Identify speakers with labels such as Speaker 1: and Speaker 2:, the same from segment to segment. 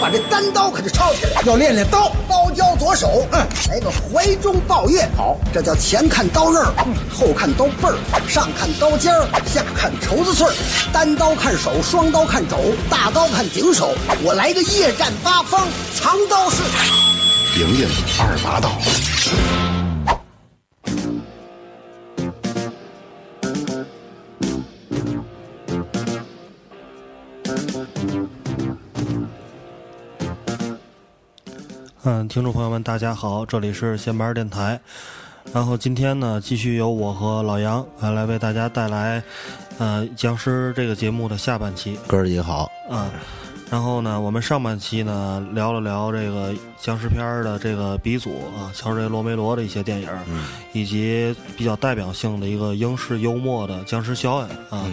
Speaker 1: 把这单刀可就抄起来，要练练刀，刀交左手，嗯，来个怀中抱月，好，这叫前看刀刃儿，后看刀背儿，上看刀尖儿，下看绸子穗儿，单刀看手，双刀看肘，大刀看顶手，我来个夜战八方，藏刀式。
Speaker 2: 莹莹二八道，
Speaker 3: 嗯，听众朋友们，大家好，这里是闲班儿电台。然后今天呢，继续由我和老杨呃来为大家带来，呃，僵尸这个节目的下半期
Speaker 4: 哥儿几个好，
Speaker 3: 啊。然后呢，我们上半期呢聊了聊这个僵尸片儿的这个鼻祖啊，乔治·罗梅罗的一些电影儿，以及比较代表性的一个英式幽默的僵尸肖恩啊。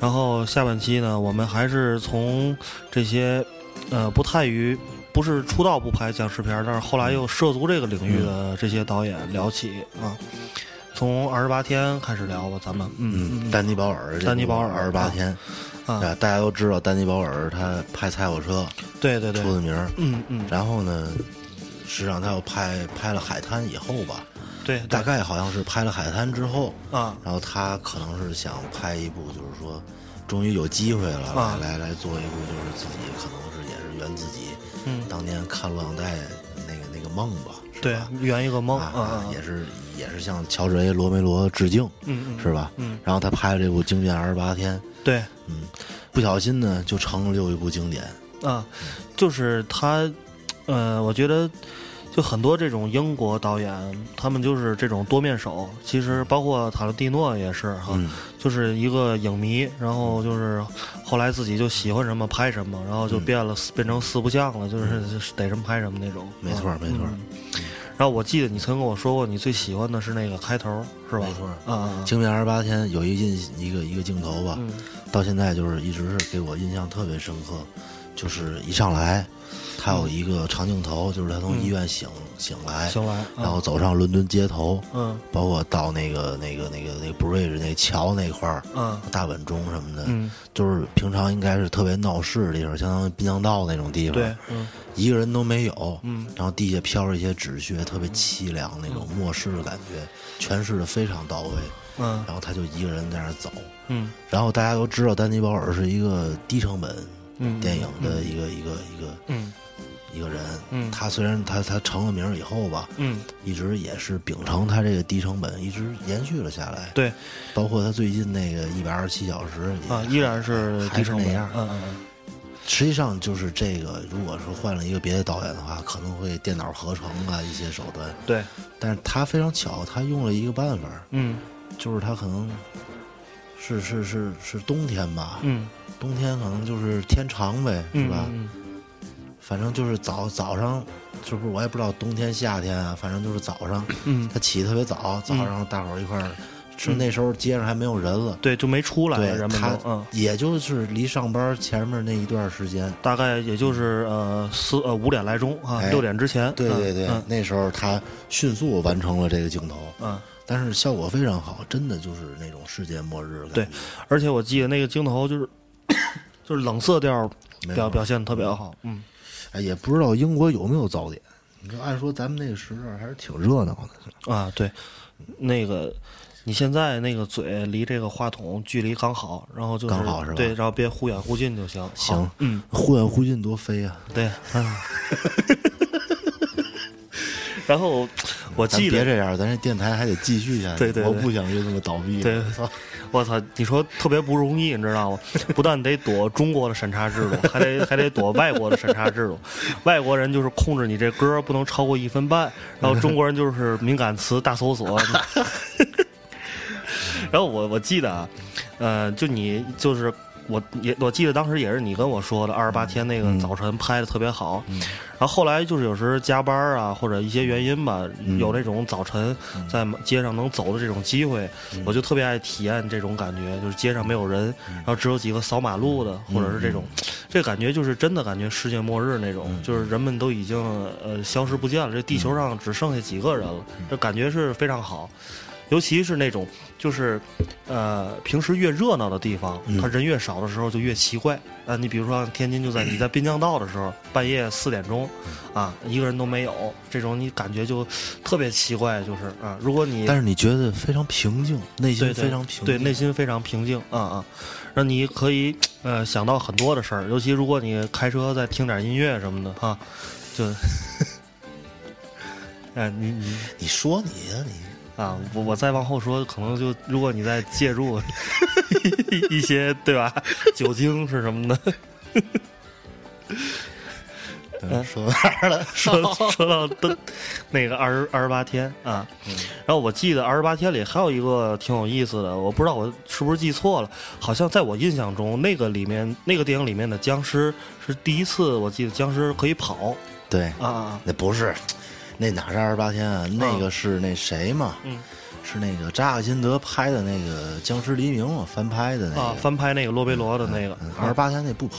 Speaker 3: 然后下半期呢，我们还是从这些呃不太于不是出道不拍僵尸片儿，但是后来又涉足这个领域的这些导演聊起啊。从二十八天开始聊吧，咱们嗯
Speaker 4: 嗯，丹尼保尔，
Speaker 3: 丹尼保尔
Speaker 4: 二十八天，
Speaker 3: 啊，
Speaker 4: 啊，大家都知道丹尼保尔他拍《菜火车
Speaker 3: 对对》对，
Speaker 4: 出的名儿，
Speaker 3: 嗯嗯，
Speaker 4: 然后呢，实际上他又拍拍了《海滩》以后吧，
Speaker 3: 对，
Speaker 4: 大
Speaker 3: 对
Speaker 4: 概好像是拍了《海滩》之后，
Speaker 3: 啊，
Speaker 4: 然后他可能是想拍一部，就是说，终于有机会了，
Speaker 3: 啊
Speaker 4: 来来来做一部，就是自己可能是也是圆自己
Speaker 3: 嗯
Speaker 4: 当年看录像带那个那个梦吧，是
Speaker 3: 对
Speaker 4: 吧，
Speaker 3: 圆一个梦
Speaker 4: 啊
Speaker 3: 啊，
Speaker 4: 也是也是向乔治 A 罗梅罗致敬，
Speaker 3: 嗯嗯
Speaker 4: 是吧？
Speaker 3: 嗯
Speaker 4: 然后他拍了这部经典二十八天，
Speaker 3: 对
Speaker 4: 嗯，不小心呢就成了又一部经典，
Speaker 3: 啊，就是他，呃，我觉得就很多这种英国导演，他们就是这种多面手，其实包括塔伦蒂诺也是哈，
Speaker 4: 嗯
Speaker 3: 就是一个影迷，然后就是后来自己就喜欢什么拍什么，然后
Speaker 4: 嗯
Speaker 3: 就变了、变成四不像了，就是就是逮什么拍什么那种。
Speaker 4: 没错
Speaker 3: 啊
Speaker 4: 没错
Speaker 3: 嗯然后我记得你曾跟我说过，你最喜欢的是那个开头，是吧？
Speaker 4: 没错
Speaker 3: 啊啊，
Speaker 4: 经典二十八天有一印一个一个镜头吧，
Speaker 3: 嗯
Speaker 4: 到现在就是一直是给我印象特别深刻，就是一上来，他有一个长镜
Speaker 3: 嗯
Speaker 4: 头，就是他从医院醒、醒来，
Speaker 3: 行来，
Speaker 4: 然后走上伦敦街头，
Speaker 3: 嗯
Speaker 4: 包括到那个那个那个那个 bridge 那桥那块儿，
Speaker 3: 嗯
Speaker 4: 大本钟什么的，
Speaker 3: 嗯，
Speaker 4: 就是平常应该是特别闹市的地方，相当于滨江道那种地方，
Speaker 3: 对，嗯
Speaker 4: 一个人都没有，
Speaker 3: 嗯
Speaker 4: 然后地下飘着一些纸屑，特别凄凉那种末世的感觉，诠释的非常到位，
Speaker 3: 嗯
Speaker 4: 然后他就一个人在那儿走。
Speaker 3: 嗯
Speaker 4: 然后大家都知道，丹尼保尔是一个低成本
Speaker 3: 嗯，
Speaker 4: 电影的一个、一个一个
Speaker 3: 嗯
Speaker 4: 一个人。
Speaker 3: 嗯
Speaker 4: 他虽然他他成了名以后吧，
Speaker 3: 嗯，
Speaker 4: 一直也是秉承他这个低成本，一直延续了下来。，
Speaker 3: 对
Speaker 4: 包括他最近那个一百二十七小时也
Speaker 3: 啊，依然是
Speaker 4: 还
Speaker 3: 低
Speaker 4: 是
Speaker 3: 成
Speaker 4: 那
Speaker 3: 本，
Speaker 4: 样。
Speaker 3: 嗯嗯
Speaker 4: 实际上就是这个，如果说换了一个别的导演的话，可能会电脑合成啊一些手段
Speaker 3: 嗯，，对，
Speaker 4: 但是他非常巧，他用了一个办法，
Speaker 3: 嗯
Speaker 4: 就是他可能是是是是冬天吧，
Speaker 3: 嗯，
Speaker 4: 冬天可能就是天长呗，是
Speaker 3: 嗯
Speaker 4: 吧？
Speaker 3: 嗯
Speaker 4: 反正就是早早上，是不是我也不知道冬天夏天啊，反正就是早上，
Speaker 3: 嗯，
Speaker 4: 他起得特别早，早上大伙儿一块儿吃，
Speaker 3: 嗯
Speaker 4: 那时候街上还没有人了，
Speaker 3: 对，就没出来，
Speaker 4: 对
Speaker 3: 人们
Speaker 4: 他
Speaker 3: 都嗯。
Speaker 4: 也就是离上班前面那一段时间，
Speaker 3: 大概也就是呃四呃五点来钟啊，
Speaker 4: 哎
Speaker 3: 六点之前。
Speaker 4: 对对对，
Speaker 3: 嗯
Speaker 4: 那时候他迅速完成了这个镜头，
Speaker 3: 嗯，
Speaker 4: 但是效果非常好，真的就是那种世界末日的
Speaker 3: 对
Speaker 4: 感觉，
Speaker 3: 而且我记得那个镜头就是就是冷色调
Speaker 4: 没
Speaker 3: 表
Speaker 4: 错
Speaker 3: 表现得特别好。嗯，
Speaker 4: 哎，也不知道英国有没有噪点。你说，按说咱们那个时候还是挺热闹的，
Speaker 3: 啊，对，那个你现在那个嘴离这个话筒距离刚好，然后就是
Speaker 4: 刚好是吧
Speaker 3: 对，然后别忽远忽近就行。
Speaker 4: 行
Speaker 3: 好，嗯，
Speaker 4: 忽远忽近多飞啊！
Speaker 3: 对，啊。 然后我
Speaker 4: 咱
Speaker 3: 记
Speaker 4: 别
Speaker 3: 得，
Speaker 4: 这样，咱这电台还得继续下去。
Speaker 3: 对对对
Speaker 4: 我不想就这么倒闭。
Speaker 3: 对
Speaker 4: 操，
Speaker 3: 我操，你说特别不容易，你知道吗？不但得躲中国的审查制度，还得还得躲外国的审查制度。外国人就是控制你这歌不能超过一分半，然后中国人就是敏感词大搜索。 然后我我记得啊，呃，就你就是我也我记得当时也是你跟我说的，二十八天那个早晨拍的特别好。然后后来就是有时候加班啊，或者一些原因吧，有那种早晨在街上能走的这种机会，我就特别爱体验这种感觉，就是街上没有人，然后只有几个扫马路的，或者是这种，这感觉就是真的感觉世界末日那种，就是人们都已经呃消失不见了，这地球上只剩下几个人了，这感觉是非常好。尤其是那种就是呃平时越热闹的地方，
Speaker 4: 嗯
Speaker 3: 他人越少的时候就越奇怪。啊，你比如说天津就在你在滨江道的时候，半夜四点钟，
Speaker 4: 嗯
Speaker 3: 啊，一个人都没有，这种你感觉就特别奇怪，就是啊，如果你
Speaker 4: 但是你觉得非常平静，内
Speaker 3: 对对
Speaker 4: 心非常平静，
Speaker 3: 对内心非常平静，啊啊，让你可以呃想到很多的事儿，尤其如果你开车再听点音乐什么的哈、就， 哎，你你
Speaker 4: 你说你呀、你
Speaker 3: 啊，我我再往后说，可能就如果你再介入 一一些对吧，酒精是什么的，
Speaker 4: 嗯说哪儿了？
Speaker 3: 说说到的，那个二十二十八天啊，然后我记得二十八天里还有一个挺有意思的，我不知道我是不是记错了，好像在我印象中那个里面那个电影里面的僵尸是第一次，我记得僵尸可以跑
Speaker 4: 对，
Speaker 3: 啊啊
Speaker 4: 那不是，那哪是二十八天啊？那个是那谁嘛？
Speaker 3: 嗯
Speaker 4: 是那个扎克辛德拍的那个《僵尸黎明》嘛，翻拍的那
Speaker 3: 啊，嗯
Speaker 4: 个。嗯
Speaker 3: 翻拍那个洛贝罗的那个
Speaker 4: 二十八天那不跑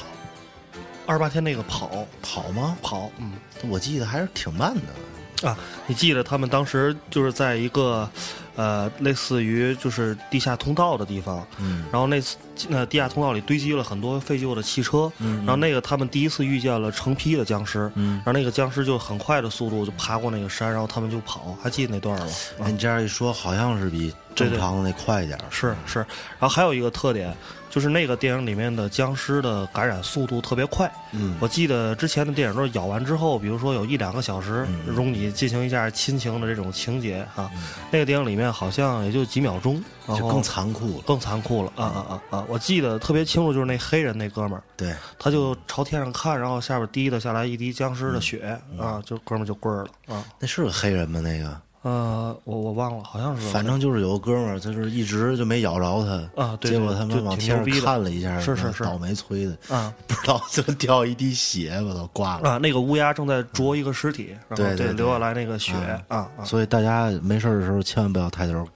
Speaker 3: 二十八天那个跑
Speaker 4: 跑吗？
Speaker 3: 跑嗯。
Speaker 4: 我记得还是挺慢的。
Speaker 3: 啊，你记得他们当时就是在一个，呃，类似于就是地下通道的地方，
Speaker 4: 嗯，
Speaker 3: 然后那次那地下通道里堆积了很多废旧的汽车，嗯，然后那个他们第一次遇见了成批的僵尸，嗯，然后那个僵尸就很快的速度就爬过那个山，然后他们就跑，还记得那段吗？啊
Speaker 4: 哎，你这样一说，好像是比正常的那快一点儿。
Speaker 3: 是是，然后还有一个特点就是那个电影里面的僵尸的感染速度特别快。嗯，我记得之前的电影都是咬完之后，比如说有一两个小时，
Speaker 4: 嗯
Speaker 3: 容你进行一下亲情的这种情节啊。那个电影里面好像也就几秒钟，然
Speaker 4: 就
Speaker 3: 后
Speaker 4: 更残酷了。
Speaker 3: 更残酷了啊啊啊啊！我记得特别清楚，就是那黑人那哥们儿，
Speaker 4: 对，
Speaker 3: 他就朝天上看，然后下边滴的下来一滴僵尸的血、
Speaker 4: 嗯
Speaker 3: 啊，就哥们儿就棍儿了啊。
Speaker 4: 那是个黑人吗？那个，
Speaker 3: 呃，我我忘了，好像是吧
Speaker 4: 反正就是有个哥们儿，他就是一直就没咬着他
Speaker 3: 啊对对
Speaker 4: 结果他
Speaker 3: 就
Speaker 4: 们往
Speaker 3: 挺
Speaker 4: 天
Speaker 3: 牛逼
Speaker 4: 上
Speaker 3: 的
Speaker 4: 看了一下，
Speaker 3: 是是是
Speaker 4: 倒霉催的，
Speaker 3: 啊
Speaker 4: 不知道就掉一滴血，我都挂了。
Speaker 3: 啊，那个乌鸦正在啄一个尸体，然后
Speaker 4: 对对对嗯
Speaker 3: 流下来那个血啊啊，
Speaker 4: 所以大家没事儿的时候千万不要抬头，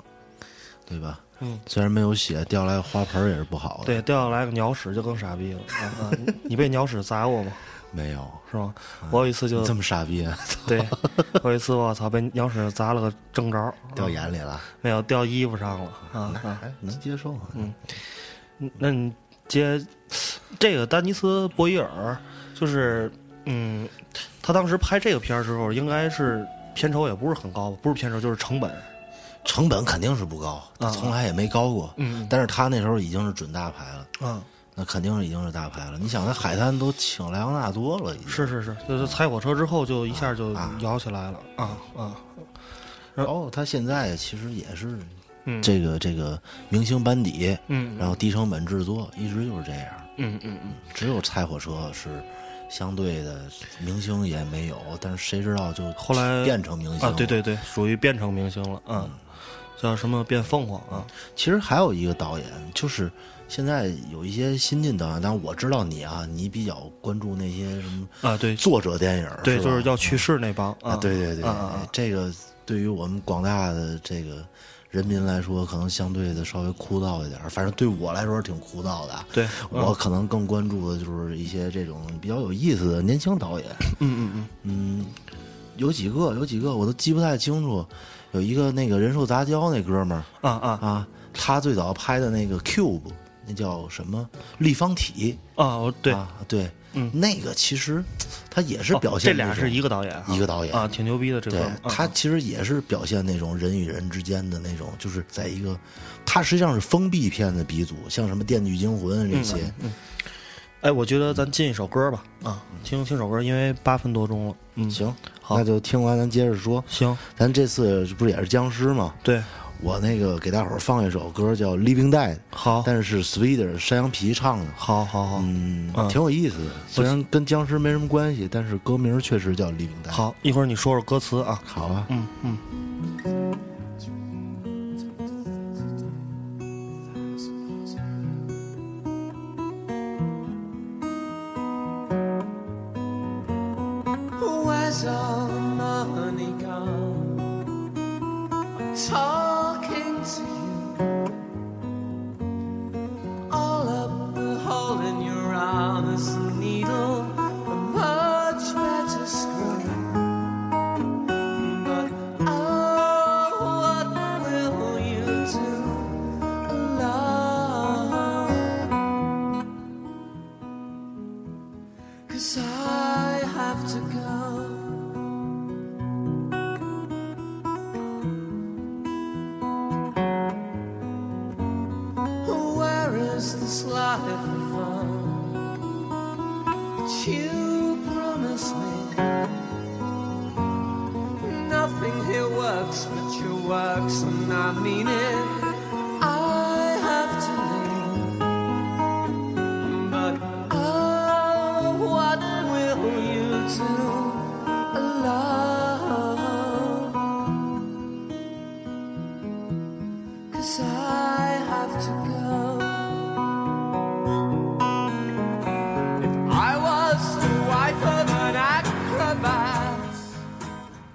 Speaker 4: 对吧？
Speaker 3: 嗯，
Speaker 4: 虽然没有血，掉来花盆儿也是不好的。，
Speaker 3: 对，掉下来个鸟屎就更傻逼了啊啊！你你被鸟屎砸过吗？
Speaker 4: 没有
Speaker 3: 是吗？我有一次就
Speaker 4: 你这么傻逼、啊，
Speaker 3: 对，我有一次我操被鸟屎砸了个正着，啊
Speaker 4: 掉眼里了，
Speaker 3: 没有掉衣服上了啊啊！
Speaker 4: 哎，能接受啊？嗯，
Speaker 3: 那你接这个丹尼斯·博伊尔，就是嗯，他当时拍这个片儿时候，应该是片酬也不是很高吧？不是片酬就是成本
Speaker 4: 成本肯定是不高，
Speaker 3: 啊
Speaker 4: 从来也没高过。嗯，但是他那时候已经是准大牌了，
Speaker 3: 啊。
Speaker 4: 那肯定是已经是大牌了。你想，他海滩都请莱昂纳多了，已经。
Speaker 3: 是是是，
Speaker 4: 啊
Speaker 3: 就是踩火车之后就一下就摇起来了啊啊！
Speaker 4: 然后哦他现在其实也是
Speaker 3: 嗯
Speaker 4: 这个、这个明星班底，
Speaker 3: 嗯
Speaker 4: 然后低成本制作，一直就是这样。
Speaker 3: 嗯嗯嗯，
Speaker 4: 只有拆火车是相对的，明星也没有，但是谁知道就
Speaker 3: 后来
Speaker 4: 变成明星
Speaker 3: 啊，对
Speaker 4: 了
Speaker 3: 对对，属于变成明星了
Speaker 4: 嗯
Speaker 3: 啊，叫什么变凤凰啊？
Speaker 4: 其实还有一个导演，就是现在有一些新晋导演，但我知道你啊，你比较关注那些什么
Speaker 3: 啊对
Speaker 4: 作者电影，
Speaker 3: 对，
Speaker 4: 吧
Speaker 3: 就是要去世那帮
Speaker 4: 啊，对对对，
Speaker 3: 啊啊
Speaker 4: 这个对于我们广大的这个人民来说，可能相对的稍微枯燥一点儿，反正对我来说是挺枯燥的。啊
Speaker 3: 对
Speaker 4: 我可能更关注的就是一些这种比较有意思的年轻导演。嗯嗯嗯嗯，有几个有几个我都记不太清楚，有一个那个人兽杂交那哥们儿。
Speaker 3: 啊啊
Speaker 4: 啊，他最早拍的那个 Cube，那叫什么立方体？
Speaker 3: 啊！我对，
Speaker 4: 啊，对，嗯，那个其实他也是
Speaker 3: 哦
Speaker 4: 表
Speaker 3: 这
Speaker 4: 现、
Speaker 3: 俩是一个嗯导演啊，
Speaker 4: 一个导演
Speaker 3: 啊，挺牛逼的这
Speaker 4: 对
Speaker 3: 个，
Speaker 4: 他其实也是表现那种人与人之间的那种，就是在一个，他实际上是封闭片的鼻祖，像什么《电锯惊魂》啊
Speaker 3: 嗯
Speaker 4: 这些，
Speaker 3: 哎，我觉得咱进一首歌吧啊，听听首歌，因为八分多钟了，嗯，
Speaker 4: 嗯行，
Speaker 3: 好
Speaker 4: 那就听完咱接着说。
Speaker 3: 行，
Speaker 4: 咱这次不是也是僵尸吗？
Speaker 3: 对，
Speaker 4: 我那个给大伙儿放一首歌叫《Living Dead》，
Speaker 3: 好
Speaker 4: 但是是 Sweeter 山羊皮唱的，
Speaker 3: 好好好，
Speaker 4: 嗯
Speaker 3: 嗯，
Speaker 4: 挺有意思的。虽然跟僵尸没什么关系，但是歌名确实叫《Living Dead》。，
Speaker 3: 好，一会儿你说说歌词啊，
Speaker 4: 好啊，
Speaker 3: 嗯嗯。
Speaker 5: Where's all my money gone? I'm talking to you. All up the hole in your arm is a needle, a much better screw. But oh, what will you? guess I have to go. Where is this life of fun that you promised me? Nothing here works but your works, and I mean it. I have to leave, but oh, what will you do, love? Cause I have to go. If I was the wife of an acrobat,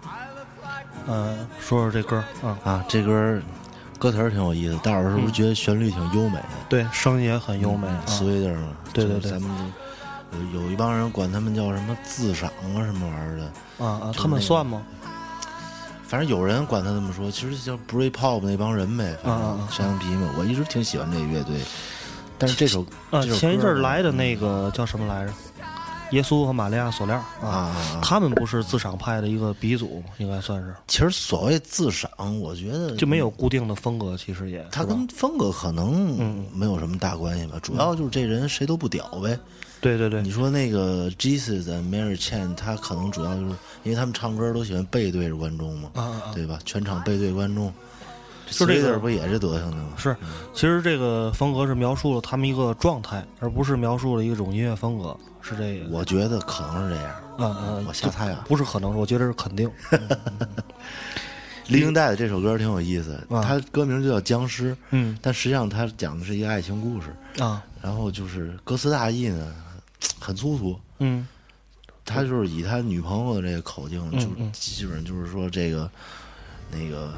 Speaker 5: I look like.
Speaker 3: 嗯、说说这歌啊，
Speaker 4: 啊，这歌儿歌词儿挺有意思，大伙儿是不是觉得旋律挺优美的？
Speaker 3: 对，声音也很嗯优美啊。
Speaker 4: 所以点儿嘛，
Speaker 3: 对
Speaker 4: 就
Speaker 3: 对对
Speaker 4: 咱们有有一帮人管他们叫什么自赏啊什么玩意儿的，
Speaker 3: 啊啊，
Speaker 4: 就
Speaker 3: 他们
Speaker 4: 那个
Speaker 3: 算吗？
Speaker 4: 反正有人管他这么说，其实叫 Breakpop 那帮人呗，反
Speaker 3: 啊啊啊
Speaker 4: 正山羊皮嘛，我一直挺喜欢这乐队，但是这首
Speaker 3: 啊，
Speaker 4: 这首
Speaker 3: 前一
Speaker 4: 歌嗯
Speaker 3: 阵儿
Speaker 4: 呢
Speaker 3: 来的那个叫什么来着？耶稣和玛利亚·索廖
Speaker 4: 啊
Speaker 3: 啊，
Speaker 4: 啊，啊
Speaker 3: 他们不是自赏派的一个鼻祖吗？应该算是，
Speaker 4: 其实所谓自赏，我觉得
Speaker 3: 就没有固定的风格，其实也
Speaker 4: 他
Speaker 3: 是吧嗯
Speaker 4: 跟风格可能没有什么大关系吧，主要就是这人谁都不屌呗。
Speaker 3: 对对对
Speaker 4: 你，说那个 Jesus and Mary Chain，他可能主要就是因为他们唱歌都喜欢背对着观众嘛，
Speaker 3: 啊啊啊
Speaker 4: 对吧？全场背对观众，
Speaker 3: 就这个
Speaker 4: Slater 不也是德行的吗？
Speaker 3: 是，其实这个风格是描述了他们一个状态，而不是描述了一种音乐风格，是这个。
Speaker 4: 我觉得可能是这样。
Speaker 3: 啊啊，
Speaker 4: 我瞎猜啊
Speaker 3: 不是可能，我觉得是肯 定。
Speaker 4: 林英带的这首歌挺有意思，
Speaker 3: 啊
Speaker 4: 他歌名就叫《僵尸》，
Speaker 3: 嗯
Speaker 4: 但实际上他讲的是一个爱情故事。
Speaker 3: 啊，
Speaker 4: 然后就是歌词大意呢，很粗俗，
Speaker 3: 嗯
Speaker 4: 他就是以他女朋友的这个口径，就
Speaker 3: 嗯
Speaker 4: 基本上就是说这个，那个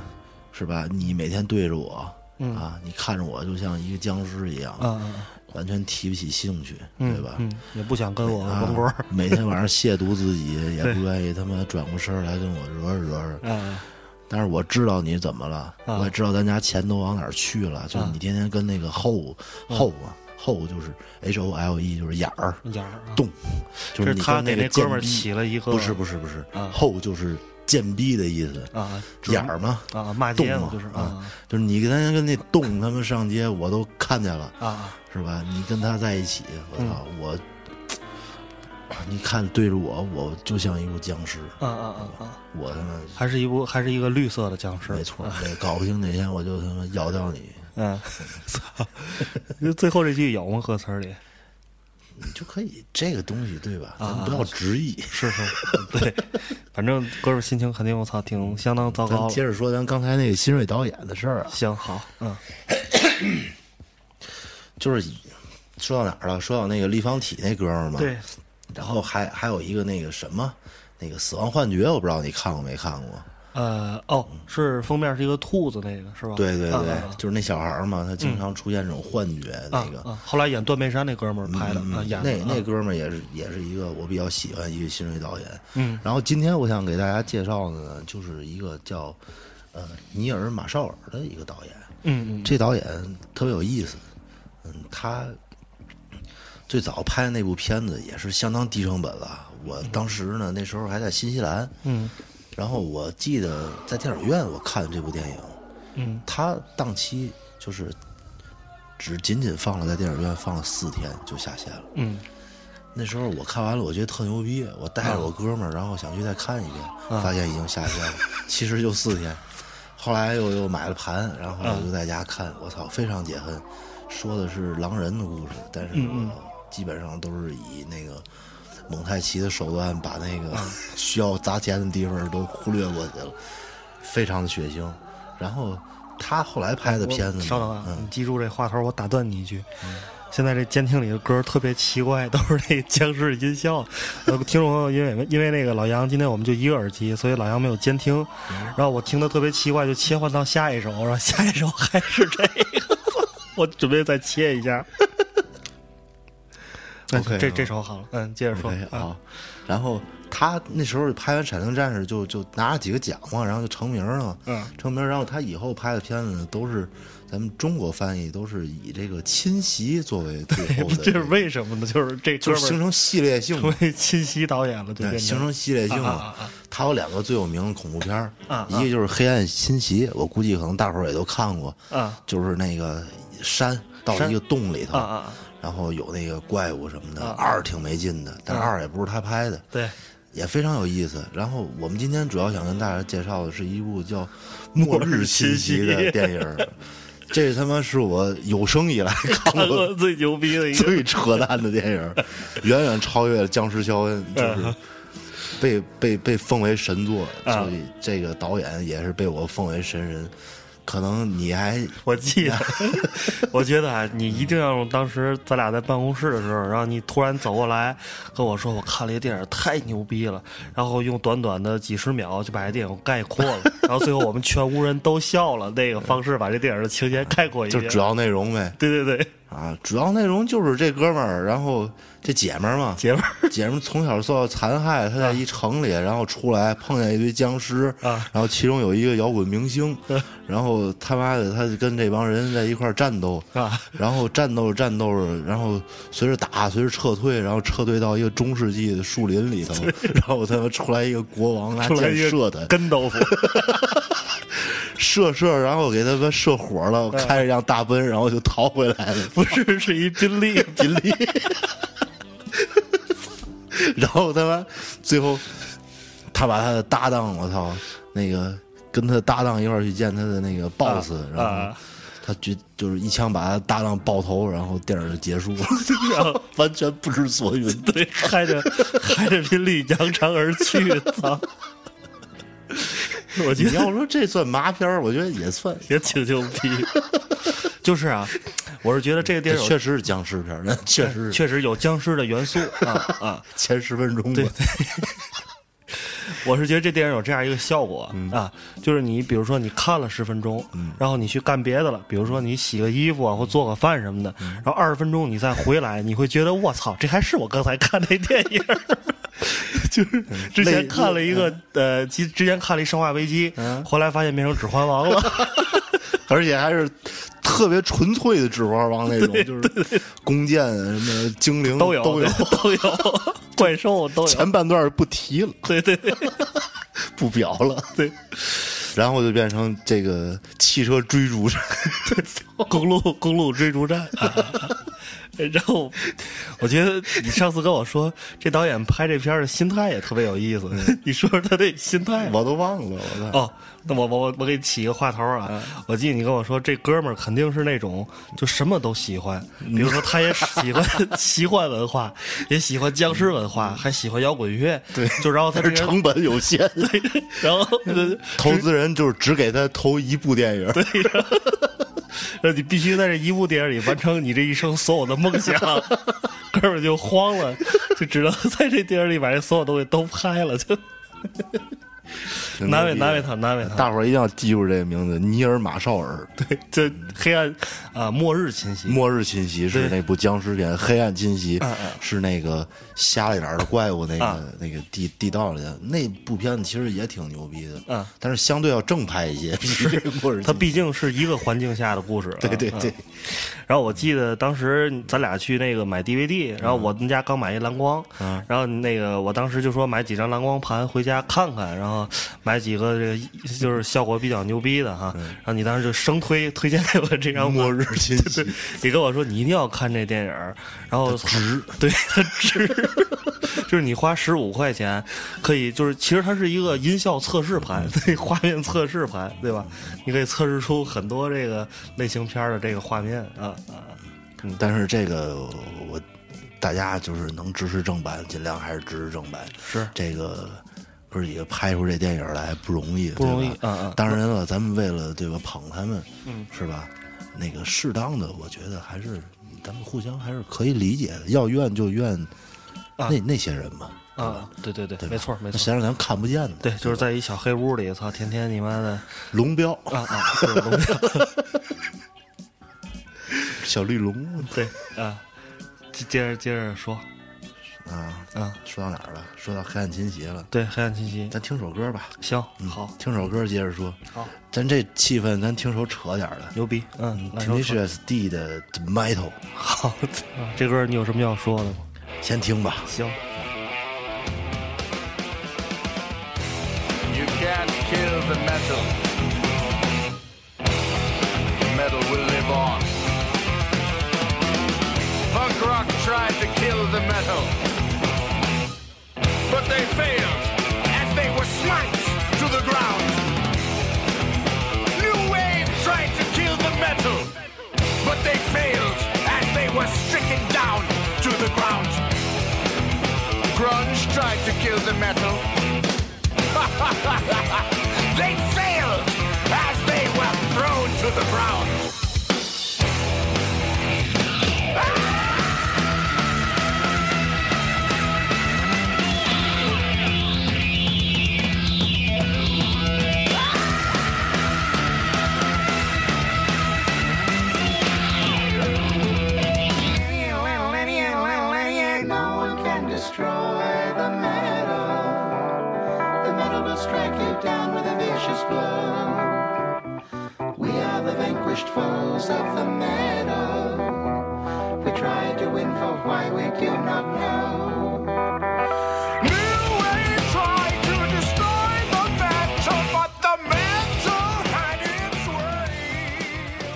Speaker 4: 是吧？你每天对着我、
Speaker 3: 嗯
Speaker 4: 啊，你看着我就像一个僵尸一样，
Speaker 3: 啊啊，
Speaker 4: 完全提不起兴趣，
Speaker 3: 嗯
Speaker 4: 对吧？
Speaker 3: 嗯，也不想跟我
Speaker 4: 啊
Speaker 3: 光棍 儿。
Speaker 4: 每天晚上亵渎自己，也不愿意他妈转过身儿来跟我惹惹惹惹。
Speaker 3: 啊，
Speaker 4: 但是我知道你怎么了，
Speaker 3: 啊
Speaker 4: 我也知道咱家钱都往哪儿去了，就是你天天跟那个后后啊后就是 H O L E 就是眼儿
Speaker 3: 眼儿啊
Speaker 4: 动，就是
Speaker 3: 这
Speaker 4: 你
Speaker 3: 是他
Speaker 4: 跟
Speaker 3: 给
Speaker 4: 那个
Speaker 3: 那哥们儿
Speaker 4: 贱逼
Speaker 3: 起了一个
Speaker 4: 不是不是不是
Speaker 3: 啊，
Speaker 4: 后就是贱逼的意思，
Speaker 3: 啊，就是
Speaker 4: 眼儿嘛
Speaker 3: 啊，骂
Speaker 4: 动
Speaker 3: 街嘛
Speaker 4: 嘛，
Speaker 3: 就是
Speaker 4: 啊，就是你跟他跟那动他们上街，我都看见了，
Speaker 3: 啊
Speaker 4: 是吧？你跟他在一起，我
Speaker 3: 嗯
Speaker 4: 操我。你看对着我，我就像一部僵尸，
Speaker 3: 啊啊啊啊！
Speaker 4: 我他妈
Speaker 3: 还是一部还是一个绿色的僵尸，
Speaker 4: 没错，那搞不清哪天我就他妈咬掉你，
Speaker 3: 嗯，操，最后这句有吗？歌词儿里
Speaker 4: 你就可以这个东西对吧？咱
Speaker 3: 啊
Speaker 4: 们不要执意。
Speaker 3: 是是，对，反正哥们儿心情肯定我操挺相当糟
Speaker 4: 咱
Speaker 3: 糕
Speaker 4: 接
Speaker 3: 了。
Speaker 4: 着说咱刚才那个新锐导演的事儿啊，
Speaker 3: 行好，嗯
Speaker 4: 就是说到哪儿了？说到那个立方体那哥们儿嘛，
Speaker 3: 对，
Speaker 4: 然后还还有一个那个什么，那个《死亡幻觉》，我不知道你看过没看过？
Speaker 3: 呃哦，是封面是一个兔子那个是吧？
Speaker 4: 对对对，
Speaker 3: 啊
Speaker 4: 就是那小孩儿嘛，他经常出现这种幻觉，
Speaker 3: 啊
Speaker 4: 那个。嗯
Speaker 3: 啊，后来演断背山那哥们儿拍的啊，演的
Speaker 4: 那那哥们儿也是也是一个我比较喜欢一个新锐导演，嗯，然后今天我想给大家介绍的呢，就是一个叫呃尼尔马绍尔的一个导演，
Speaker 3: 嗯嗯
Speaker 4: 这导演特别有意思，嗯，他最早拍的那部片子也是相当低成本了。我当时呢，那时候还在新西兰，
Speaker 3: 嗯，
Speaker 4: 然后我记得在电影院我看这部电影，
Speaker 3: 嗯，
Speaker 4: 他档期就是只仅仅放了在电影院放了四天就下线了。
Speaker 3: 嗯啊
Speaker 4: 那时候我看完了，我觉得特牛逼，我带着我哥们儿，然后想去再看一遍，发现已经 下线了，其实就四天。后来又又买了盘，然
Speaker 3: 啊
Speaker 4: 后我就在家看，我操，非常解恨。说的是狼人的故事，但是
Speaker 3: 嗯
Speaker 4: 我基本上都是以那个蒙太奇的手段把那个
Speaker 3: 啊
Speaker 4: 需要砸钱的地方都忽略过去了，非常的血腥。然后他后来拍的片子呢，
Speaker 3: 稍等啊，
Speaker 4: 嗯
Speaker 3: 你记住这话头儿，我打断你一句。现在这监听里的歌儿特别奇怪，都是那僵尸音 效。呃，听众朋友，因为因为那个老杨今天我们就一个耳机，所以老杨没有监听。
Speaker 4: 嗯
Speaker 3: 然后我听的特别奇怪，就切换到下一首，然后下一首还 是这个，我准备再切一下。哎
Speaker 4: OK，啊
Speaker 3: 这这首好了，嗯，接着说
Speaker 4: OK
Speaker 3: 啊
Speaker 4: 啊，然后他那时候拍完《闪灵战士》就就拿了几个奖嘛，然后就成名了，
Speaker 3: 嗯
Speaker 4: 成名。然后他以后拍的片子都是咱们中国翻译，都是以这个侵袭作为最后的
Speaker 3: 这
Speaker 4: 这
Speaker 3: 是
Speaker 4: 个，
Speaker 3: 为什么呢？就是这哥
Speaker 4: 就
Speaker 3: 们
Speaker 4: 是
Speaker 3: 儿
Speaker 4: 形成系列性
Speaker 3: 成
Speaker 4: 嘛，
Speaker 3: 为侵袭导演了，就变成
Speaker 4: 对，形成系列性
Speaker 3: 啊啊
Speaker 4: 嘛
Speaker 3: 啊啊。
Speaker 4: 他有两个最有名的恐怖片儿
Speaker 3: 啊啊，
Speaker 4: 一个就是《黑暗侵袭》，我估计可能大伙儿也都看过，
Speaker 3: 啊
Speaker 4: 就是那个山到了
Speaker 3: 山
Speaker 4: 一个洞里头
Speaker 3: 啊啊，啊，
Speaker 4: 然后有那个怪物什么的，
Speaker 3: 啊
Speaker 4: 二挺没劲的，但是
Speaker 3: 啊
Speaker 4: 二也不是他拍的，
Speaker 3: 对，
Speaker 4: 也非常有意思。然后我们今天主要想跟大家介绍的是一部叫《末日侵袭》的电 影儿，这他妈是我有生以来
Speaker 3: 看
Speaker 4: 看过
Speaker 3: 过呃最牛逼的一个，
Speaker 4: 最扯淡的电影儿，远远超越了《僵尸肖恩》，就是被被被奉为神作，
Speaker 3: 啊
Speaker 4: 所以这个导演也是被我奉为神人。可能你还
Speaker 3: 我记得， 我觉得啊，你一定要用当时咱俩在办公室的时候，然后你突然走过来跟我说，我看了一个电影，太牛逼了，然后用短短的几十秒就把这电影概括了，然后最后我们全屋人都笑了，那个方式把这电影的情节概括一
Speaker 4: 就
Speaker 3: 遍。
Speaker 4: 主要内容呗
Speaker 3: 对对对，
Speaker 4: 啊，主要内容就是这哥们儿，然后这姐们儿嘛，
Speaker 3: 姐们儿
Speaker 4: 姐们儿从小受到残害，她在一城里，然后出来碰见一堆僵尸，
Speaker 3: 啊
Speaker 4: 然后其中有一个摇滚明星，然后他妈的，他就跟这帮人在一块儿战斗，
Speaker 3: 啊
Speaker 4: 然后战斗着战斗着，然后随着打，随着撤退，然后撤退到一个中世纪的树林里头，然后他妈出来一个国王拿
Speaker 3: 出来
Speaker 4: 箭
Speaker 3: 一
Speaker 4: 射
Speaker 3: 个
Speaker 4: 他，
Speaker 3: 跟豆腐，
Speaker 4: 射射，然后给他们射火
Speaker 3: 啊
Speaker 4: 了，开着一辆大奔，然后就逃回来 了。
Speaker 3: 不是是一宾利，
Speaker 4: 宾利。 然后他妈最后，他把他的搭档，我操，那个跟他的搭档一块儿去见他的那个 boss，、然后。
Speaker 3: 啊
Speaker 4: 他就就是一枪把他搭档爆头，然后电影就结束了，
Speaker 3: 然后
Speaker 4: 完全不知所云。
Speaker 3: 对开着开着宾利扬长而去，操！ 我觉
Speaker 4: 你
Speaker 3: 得
Speaker 4: 要说这算麻片儿，我觉得也算，
Speaker 3: 也挺牛逼。 就是啊，我是觉得这个电影
Speaker 4: 确实是僵尸片儿，那确实
Speaker 3: 有
Speaker 4: 是
Speaker 3: 确实有僵尸的元素啊 啊！
Speaker 4: 前十分钟吧
Speaker 3: 对我是觉得这电影有这样一个效果
Speaker 4: 嗯
Speaker 3: 啊，就是你比如说你看了十分钟，然后你去干别的了，比如说你洗个衣服啊或做个饭什么的，
Speaker 4: 嗯
Speaker 3: 然后二十分钟你再回来，你会觉得我操，这还是我刚才看那电影儿。 就是
Speaker 4: 嗯
Speaker 3: 之前看了一个呃，之之前看了一《生化危机》，
Speaker 4: 嗯
Speaker 3: 后来发现变成《指环王》了。
Speaker 4: 而且还是特别纯粹的《指环王》那种，就是弓箭啊什么精灵
Speaker 3: 都有
Speaker 4: 都有。
Speaker 3: 都有， 怪兽都有，
Speaker 4: 前半段不提了，
Speaker 3: 对对对
Speaker 4: 不表了，
Speaker 3: 对，
Speaker 4: 然后就变成这个汽车追逐战，
Speaker 3: 公路公路追逐战。 啊然后，我觉得你上次跟我说，这导演拍这片儿的心态也特别有意思。 你说说他这心态吧
Speaker 4: 我都忘了，我操！
Speaker 3: 哦，那我我我我给你起一个话头啊！我记得你跟我说，这哥们儿肯定是那种就什么都喜欢，比如说他也喜欢 奇幻文化，也喜欢僵尸文化，还喜欢摇滚乐。对，就然后他
Speaker 4: 但
Speaker 3: 这
Speaker 4: 是
Speaker 3: 人
Speaker 4: 成本有限，
Speaker 3: 然后呃
Speaker 4: 投资人就是只给他投一部电影，
Speaker 3: 那 你必须在这一部电影里完成你这一生所有的梦想。 哥们儿就慌了，就只能在这电影里把这所有东西都拍了，就
Speaker 4: 挺牛
Speaker 3: 难为
Speaker 4: 逼的
Speaker 3: 难为。他，难为他。
Speaker 4: 大伙儿一定要记住这个名字，尼尔马绍尔，《
Speaker 3: 对，这黑暗啊、末日侵袭，
Speaker 4: 末日侵袭》是
Speaker 3: 对
Speaker 4: 那部僵尸片，《黑暗侵袭》是那个瞎了眼儿的怪物那
Speaker 3: 啊
Speaker 4: 个那个地地道里的那部片子，其实也挺牛逼的
Speaker 3: 啊，
Speaker 4: 但是相对要正派一 些，比这个末日
Speaker 3: 它
Speaker 4: 侵袭
Speaker 3: 毕竟是一个环境下的故事啊。
Speaker 4: 对对对
Speaker 3: 嗯。然后我记得当时咱俩去那个买 DVD，然后我们家刚买一蓝光，
Speaker 4: 嗯
Speaker 3: 然后那个我当时就说买几张蓝光盘回家看看，然后买几个这个就是效果比较牛逼的哈。然后你当时就生推推荐给我这张
Speaker 4: 末
Speaker 3: 盘。
Speaker 4: 日侵袭
Speaker 3: 对，你跟我说你一定要看这电影儿，然后值， 对，它值， 就是你花十五块钱可以，就是其实它是一个音效测试盘，对，画面测试盘，对吧？你可以测试出很多这个类型片儿的这个画面啊啊，
Speaker 4: 嗯但是这个我大家就是能支持正版，尽量还是支持正版。
Speaker 3: 是
Speaker 4: 这个哥几个拍出这电影来不容易，
Speaker 3: 不容易
Speaker 4: 对吧
Speaker 3: 嗯嗯
Speaker 4: 当然了，咱们为了对吧捧他们，嗯，是吧？那个适当的，我觉得还是咱们互相还是可以理解的，要怨就怨那、
Speaker 3: 啊
Speaker 4: 那些人嘛，
Speaker 3: 啊，对对对，
Speaker 4: 对吧
Speaker 3: 没错没
Speaker 4: 那谁
Speaker 3: 错，
Speaker 4: 让咱看不见的？
Speaker 3: 对，就是在一小黑屋里，操，天天你妈的
Speaker 4: 龙标，
Speaker 3: 啊啊， 就是龙
Speaker 4: 小绿龙，
Speaker 3: 对啊，接着接着说，
Speaker 4: 啊，
Speaker 3: 啊，
Speaker 4: 说到哪儿了？说到黑暗琴棋了，
Speaker 3: 对，黑暗气息，
Speaker 4: 咱听首歌吧。
Speaker 3: 行，
Speaker 4: 嗯
Speaker 3: 好，
Speaker 4: 听首歌接着说。
Speaker 3: 好，
Speaker 4: 咱这气氛，咱听首扯点儿的。
Speaker 3: 牛逼，嗯，来首歌
Speaker 4: Tenacious D 的 Metal，
Speaker 3: 好，啊这歌你有什么要说的吗？
Speaker 4: 先听吧。
Speaker 3: 行，
Speaker 6: You can't kill the metal. The metal will live on. Punk rock tried to kill the metal. But they failed as they were smacked to the ground. New wave tried to kill the metal. But they failed as they were stricken down to the ground. Grunge tried to kill the metal. They failed as they were thrown to the ground.
Speaker 7: No one can destroy the metal. The metal will strike you down with a vicious blow. We are the vanquished foes of the metal. We tried to win for why we do not know.
Speaker 6: New wave tried to destroy the metal, but the metal had its way.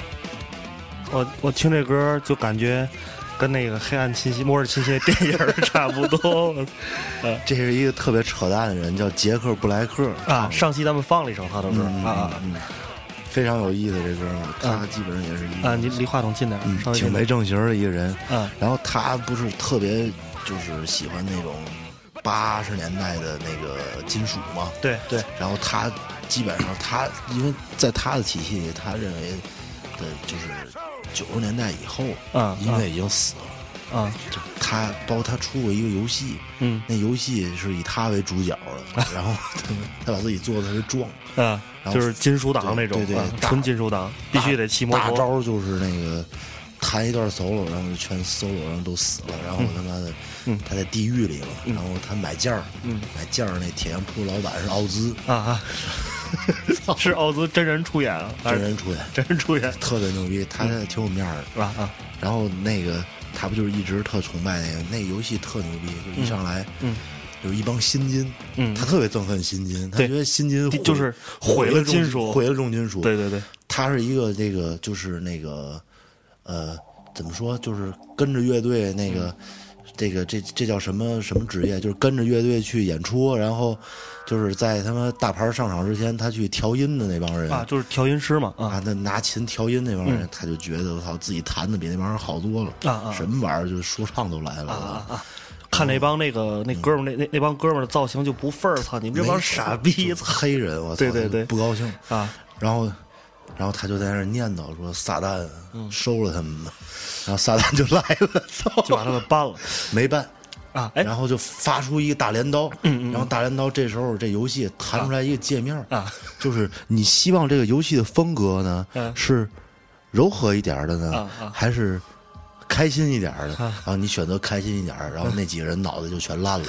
Speaker 3: 我我听这歌就感觉跟那个黑暗气息、末日气息电 影儿差不多
Speaker 4: 这是一个特别扯淡的人，叫杰克布莱克，
Speaker 3: 啊。上期咱们放了一首他的歌啊啊
Speaker 4: 非常有意思。这哥们儿，他基本上也是一
Speaker 3: 啊
Speaker 4: 个
Speaker 3: 啊！你离话筒近点儿，稍微
Speaker 4: 嗯挺没
Speaker 3: 近
Speaker 4: 正形儿的一个人。
Speaker 3: 嗯
Speaker 4: 然后他不是特别就是喜欢那种八十年代的那个金属嘛？
Speaker 3: 点儿。对对，
Speaker 4: 然后他基本上他，因为在他的体系里，他认为的就是九十年代以后，
Speaker 3: 嗯
Speaker 4: 音乐已经死了。
Speaker 3: 啊
Speaker 4: 就他包括他出过一个游戏，
Speaker 3: 嗯
Speaker 4: 那游戏是以他为主角 的，然后他他把自己做的特别壮，
Speaker 3: 啊，
Speaker 4: 然后
Speaker 3: 就是金属党那种，
Speaker 4: 对对
Speaker 3: 啊
Speaker 4: 对大
Speaker 3: 纯金属党，必须得骑摩
Speaker 4: 大
Speaker 3: 托。
Speaker 4: 招就是那个弹一段 solo，然后就全 solo 然后都死
Speaker 3: 嗯
Speaker 4: 了，然后他妈的、他在地狱里了，然后他买件儿，
Speaker 3: 嗯
Speaker 4: 买件儿那铁匠铺老板是奥兹，
Speaker 3: 啊啊！ 是奥兹真人出演啊，还
Speaker 4: 真
Speaker 3: 是嗯
Speaker 4: 人出演，
Speaker 3: 真人出演 是
Speaker 4: 特别牛逼，他挺有面儿的。
Speaker 3: 吧？啊，
Speaker 4: 然后那个他不就是一直特崇拜那个那个游戏特牛逼，就一上来，嗯，有一帮新金，嗯，他特别憎恨新金，他
Speaker 3: 对
Speaker 4: 觉得新金毁
Speaker 3: 就是毁
Speaker 4: 毁
Speaker 3: 了
Speaker 4: 重
Speaker 3: 金属
Speaker 4: 毁了重金属，
Speaker 3: 对对对，
Speaker 4: 他是一个这个就是那个呃怎么说，就是跟着乐队那个。这个这这叫什么什么职业？就是跟着乐队去演出，然后就是在他们大牌上场之前，他去调音的那帮人
Speaker 3: 啊，就是调音师嘛，啊嗯
Speaker 4: 啊，那拿琴调音那帮人，他就觉得我操，自己弹的比那帮人好多了
Speaker 3: 啊啊
Speaker 4: 什么玩意儿，就是说唱都来了啊！
Speaker 3: 看那帮那个那哥们儿那那那帮哥们儿的造型就不嗯忿儿，操你们这帮傻逼，
Speaker 4: 就
Speaker 3: 操
Speaker 4: 黑人，我操，
Speaker 3: 对对对
Speaker 4: 不高兴
Speaker 3: 啊。
Speaker 4: 然后，然后他就在那儿念叨说：“撒旦
Speaker 3: 嗯
Speaker 4: 收了他们吧。”然后撒旦就来了，操，
Speaker 3: 就把他们搬了
Speaker 4: 没办。
Speaker 3: 啊！哎嗯
Speaker 4: 然后就发出一个大镰刀，然后大镰刀这时候这游戏弹出来一个界面
Speaker 3: 啊， 嗯
Speaker 4: 就是你希望这个游戏的风格呢、是柔和一点儿的呢，
Speaker 3: 啊啊
Speaker 4: 还是开心一点儿的？然后你选择开心一点儿，然后那几个人脑袋就全 烂了。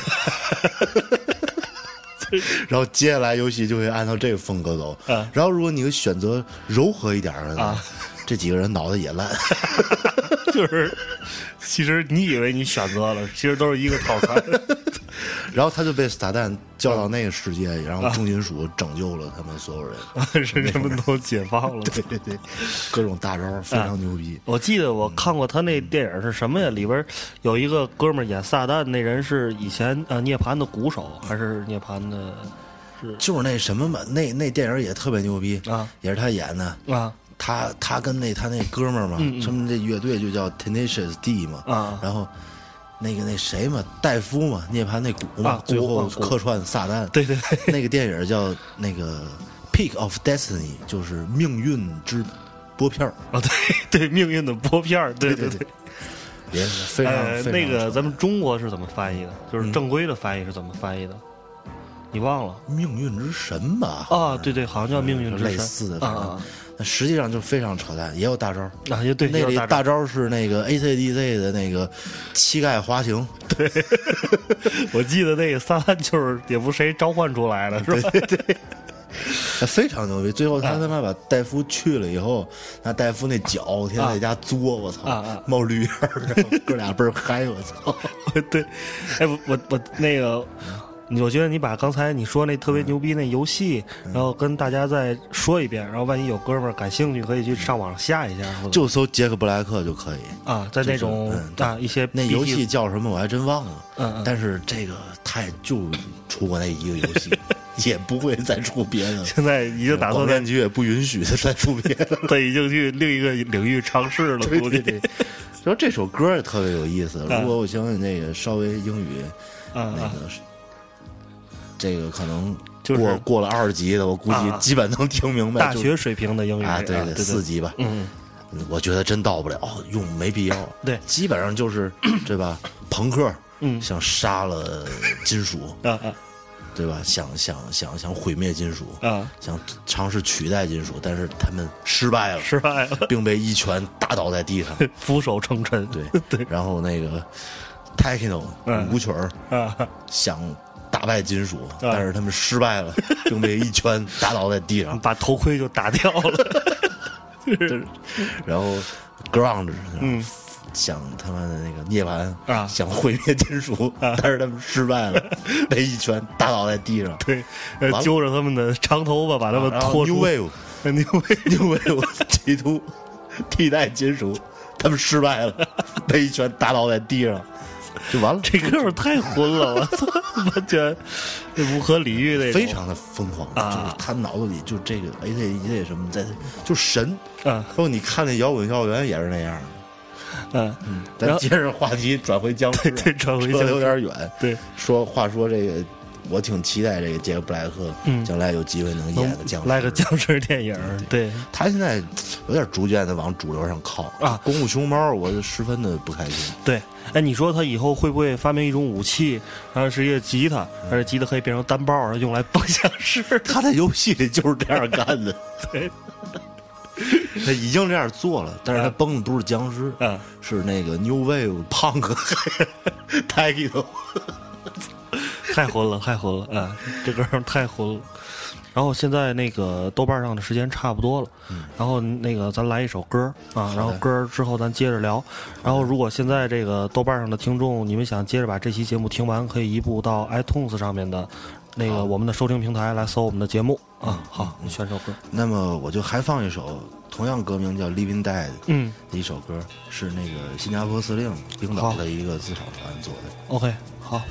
Speaker 4: 然后接下来游戏就会按照这个风格走，
Speaker 3: 啊
Speaker 4: 然后如果你选择柔和一点儿的呢，这几个人脑袋也烂。
Speaker 3: 就是，其实你以为你选择了，其实都是一个套 餐。
Speaker 4: 然后他就被撒旦叫到那个世界，然后重金属拯救了他们所有人，
Speaker 3: 是什么 都解放了。啊
Speaker 4: 对对对，各种大招非常牛逼。
Speaker 3: 我记得我看过他那电影是什么呀？里边有一个哥们儿演撒旦，那人是以前呃涅槃的鼓手，还是涅槃的
Speaker 4: 就是那什么嘛，那那电影也特别牛逼
Speaker 3: 啊，
Speaker 4: 也是他演的。
Speaker 3: 啊？嗯
Speaker 4: 他他跟那他那哥们儿嘛，他们这乐队就叫 Tenacious D 嘛，
Speaker 3: 啊
Speaker 4: 然后那个那谁嘛，戴夫嘛，涅槃那鼓嘛，
Speaker 3: 啊鼓
Speaker 4: 最后
Speaker 3: 啊鼓
Speaker 4: 客串撒旦，
Speaker 3: 对对对
Speaker 4: 那个电影叫那个 Peak of Destiny，就是命运之拨片儿，
Speaker 3: 啊，对对，命运的拨片儿，对对对。
Speaker 4: 也是非常、
Speaker 3: 呃，
Speaker 4: 非常嗯
Speaker 3: 那个
Speaker 4: 爽
Speaker 3: 咱们中国是怎么翻译的？就是正规的翻译是怎么翻译的？你忘了
Speaker 4: 命运之神吧？哦
Speaker 3: 啊？对对，好像叫命运之
Speaker 4: 嗯类
Speaker 3: 神
Speaker 4: 似的，
Speaker 3: 啊
Speaker 4: 反
Speaker 3: 啊
Speaker 4: 正
Speaker 3: 啊！
Speaker 4: 但实际上就非常扯嗯淡，也有大招。
Speaker 3: 啊也对
Speaker 4: 那
Speaker 3: 也
Speaker 4: 里
Speaker 3: 有大招
Speaker 4: 大招是那个 ACDC 的那个膝盖滑行，对，
Speaker 3: 我记得那个三万就是也不是谁召唤出来的，是吧？
Speaker 4: 非常牛逼。最后他他妈把戴夫去了以后，那戴夫那脚天天在家作，我操，
Speaker 3: 啊啊
Speaker 4: 冒绿烟儿， 然后哥俩倍儿嗨，我操。
Speaker 3: 对，哎，我我我那个，
Speaker 4: 嗯
Speaker 3: 我觉得你把刚才你说那特别牛逼那游戏，
Speaker 4: 嗯
Speaker 3: 然后跟大家再说一遍，然后万一有哥们儿感兴趣，可以去上网下一下，或者
Speaker 4: 就搜杰克布莱克就可以。
Speaker 3: 啊，在那种
Speaker 4: 就是嗯
Speaker 3: 啊一些
Speaker 4: 那
Speaker 3: BT
Speaker 4: 游戏叫什么我还真忘了，
Speaker 3: 嗯嗯
Speaker 4: 但是这个他也就出过那一个游 戏，也不会再出别的了。
Speaker 3: 现在已经打算
Speaker 4: 广
Speaker 3: 在
Speaker 4: 电局也不允许他再出别的了。
Speaker 3: 他已经去另一个领域尝试了，估计。
Speaker 4: 然后这首歌也特别有意思，如果我相信那个稍微英语
Speaker 3: 嗯
Speaker 4: 那个是这个可能
Speaker 3: 就是
Speaker 4: 过过了二级的，我估计
Speaker 3: 啊
Speaker 4: 基本能听明白。
Speaker 3: 大
Speaker 4: 就
Speaker 3: 学水平的英语
Speaker 4: 啊，对
Speaker 3: 对
Speaker 4: 四级吧，嗯，我觉得真到不了，哦用没必要，
Speaker 3: 对
Speaker 4: 基本上就是对吧？朋克，嗯，想杀了金属，
Speaker 3: 啊啊
Speaker 4: 对吧？想想想想毁灭金属，
Speaker 3: 啊，
Speaker 4: 想尝试取代金属，但是他们失败了，
Speaker 3: 失败了，
Speaker 4: 并被一拳打倒在 地上，
Speaker 3: 俯首称臣。
Speaker 4: 对对。然后那个 techno
Speaker 3: 嗯
Speaker 4: 舞曲儿
Speaker 3: 啊，
Speaker 4: 想打败金属，但是他们失败 了，并被一拳打倒在地上，
Speaker 3: 把头盔就打掉 了。嗯
Speaker 4: 然后 ground，嗯，想他妈的那个涅槃
Speaker 3: 啊
Speaker 4: 想毁灭金属，但是他们失 败了，被一拳打倒在地上。
Speaker 3: 对，呃
Speaker 4: 完了啊
Speaker 3: 揪着他们的长头发，把他们
Speaker 4: 然后
Speaker 3: 拖
Speaker 4: New
Speaker 3: 出。呃
Speaker 4: Wave
Speaker 3: 牛 威
Speaker 4: New Wave 企图替代金属，他们失败了，被一拳打倒在地上，就完了。
Speaker 3: 这哥们儿太混了，我操，完全这无可理喻那种。啊
Speaker 4: 非常的疯狂，就是他脑子里就这个 A C E C 什么在，就神。
Speaker 3: 啊
Speaker 4: 然后你看那摇滚校园也是那样的。
Speaker 3: 嗯，然
Speaker 4: 咱
Speaker 3: 后
Speaker 4: 接着话题转回僵尸啊，
Speaker 3: 对对转回
Speaker 4: 说
Speaker 3: 僵
Speaker 4: 的
Speaker 3: 尸
Speaker 4: 有点远。
Speaker 3: 对，
Speaker 4: 说话说这个，我挺期待这个杰克布莱克将来有机会能演个僵尸。
Speaker 3: 嗯来个僵尸电影儿，对
Speaker 4: 他现在有点逐渐的往主流上靠
Speaker 3: 啊
Speaker 4: 功夫熊猫我就十分的不开心。
Speaker 3: 对。哎，你说他以后会不会发明一种武器，然后是一个吉他，而且吉他可以变成单包，然后用来崩 僵尸？
Speaker 4: 他在游戏里就是这样干的，
Speaker 3: 对，
Speaker 4: 他已经这样做了，但是他
Speaker 3: 啊
Speaker 4: 崩的不是僵尸，
Speaker 3: 啊
Speaker 4: 是那个 New Wave Punk Techno。
Speaker 3: 太混了，太混了啊！这歌儿太混了。然后现在那个豆瓣上的时间差不多了，然后那个咱来一首歌啊，然后歌儿之后咱接着聊。然后如果现在这个豆瓣上的听众，你们想接着把这期节目听完，可以移步到 iTunes 上面的那个我们的收听平台来搜我们的节目啊。好，你选首歌，
Speaker 4: 那么我就还放一首同样歌名叫《Living Dead》
Speaker 3: 嗯
Speaker 4: 的一首歌，是那个新加坡司令冰岛的一个自嘲团做的。
Speaker 3: ，OK，好，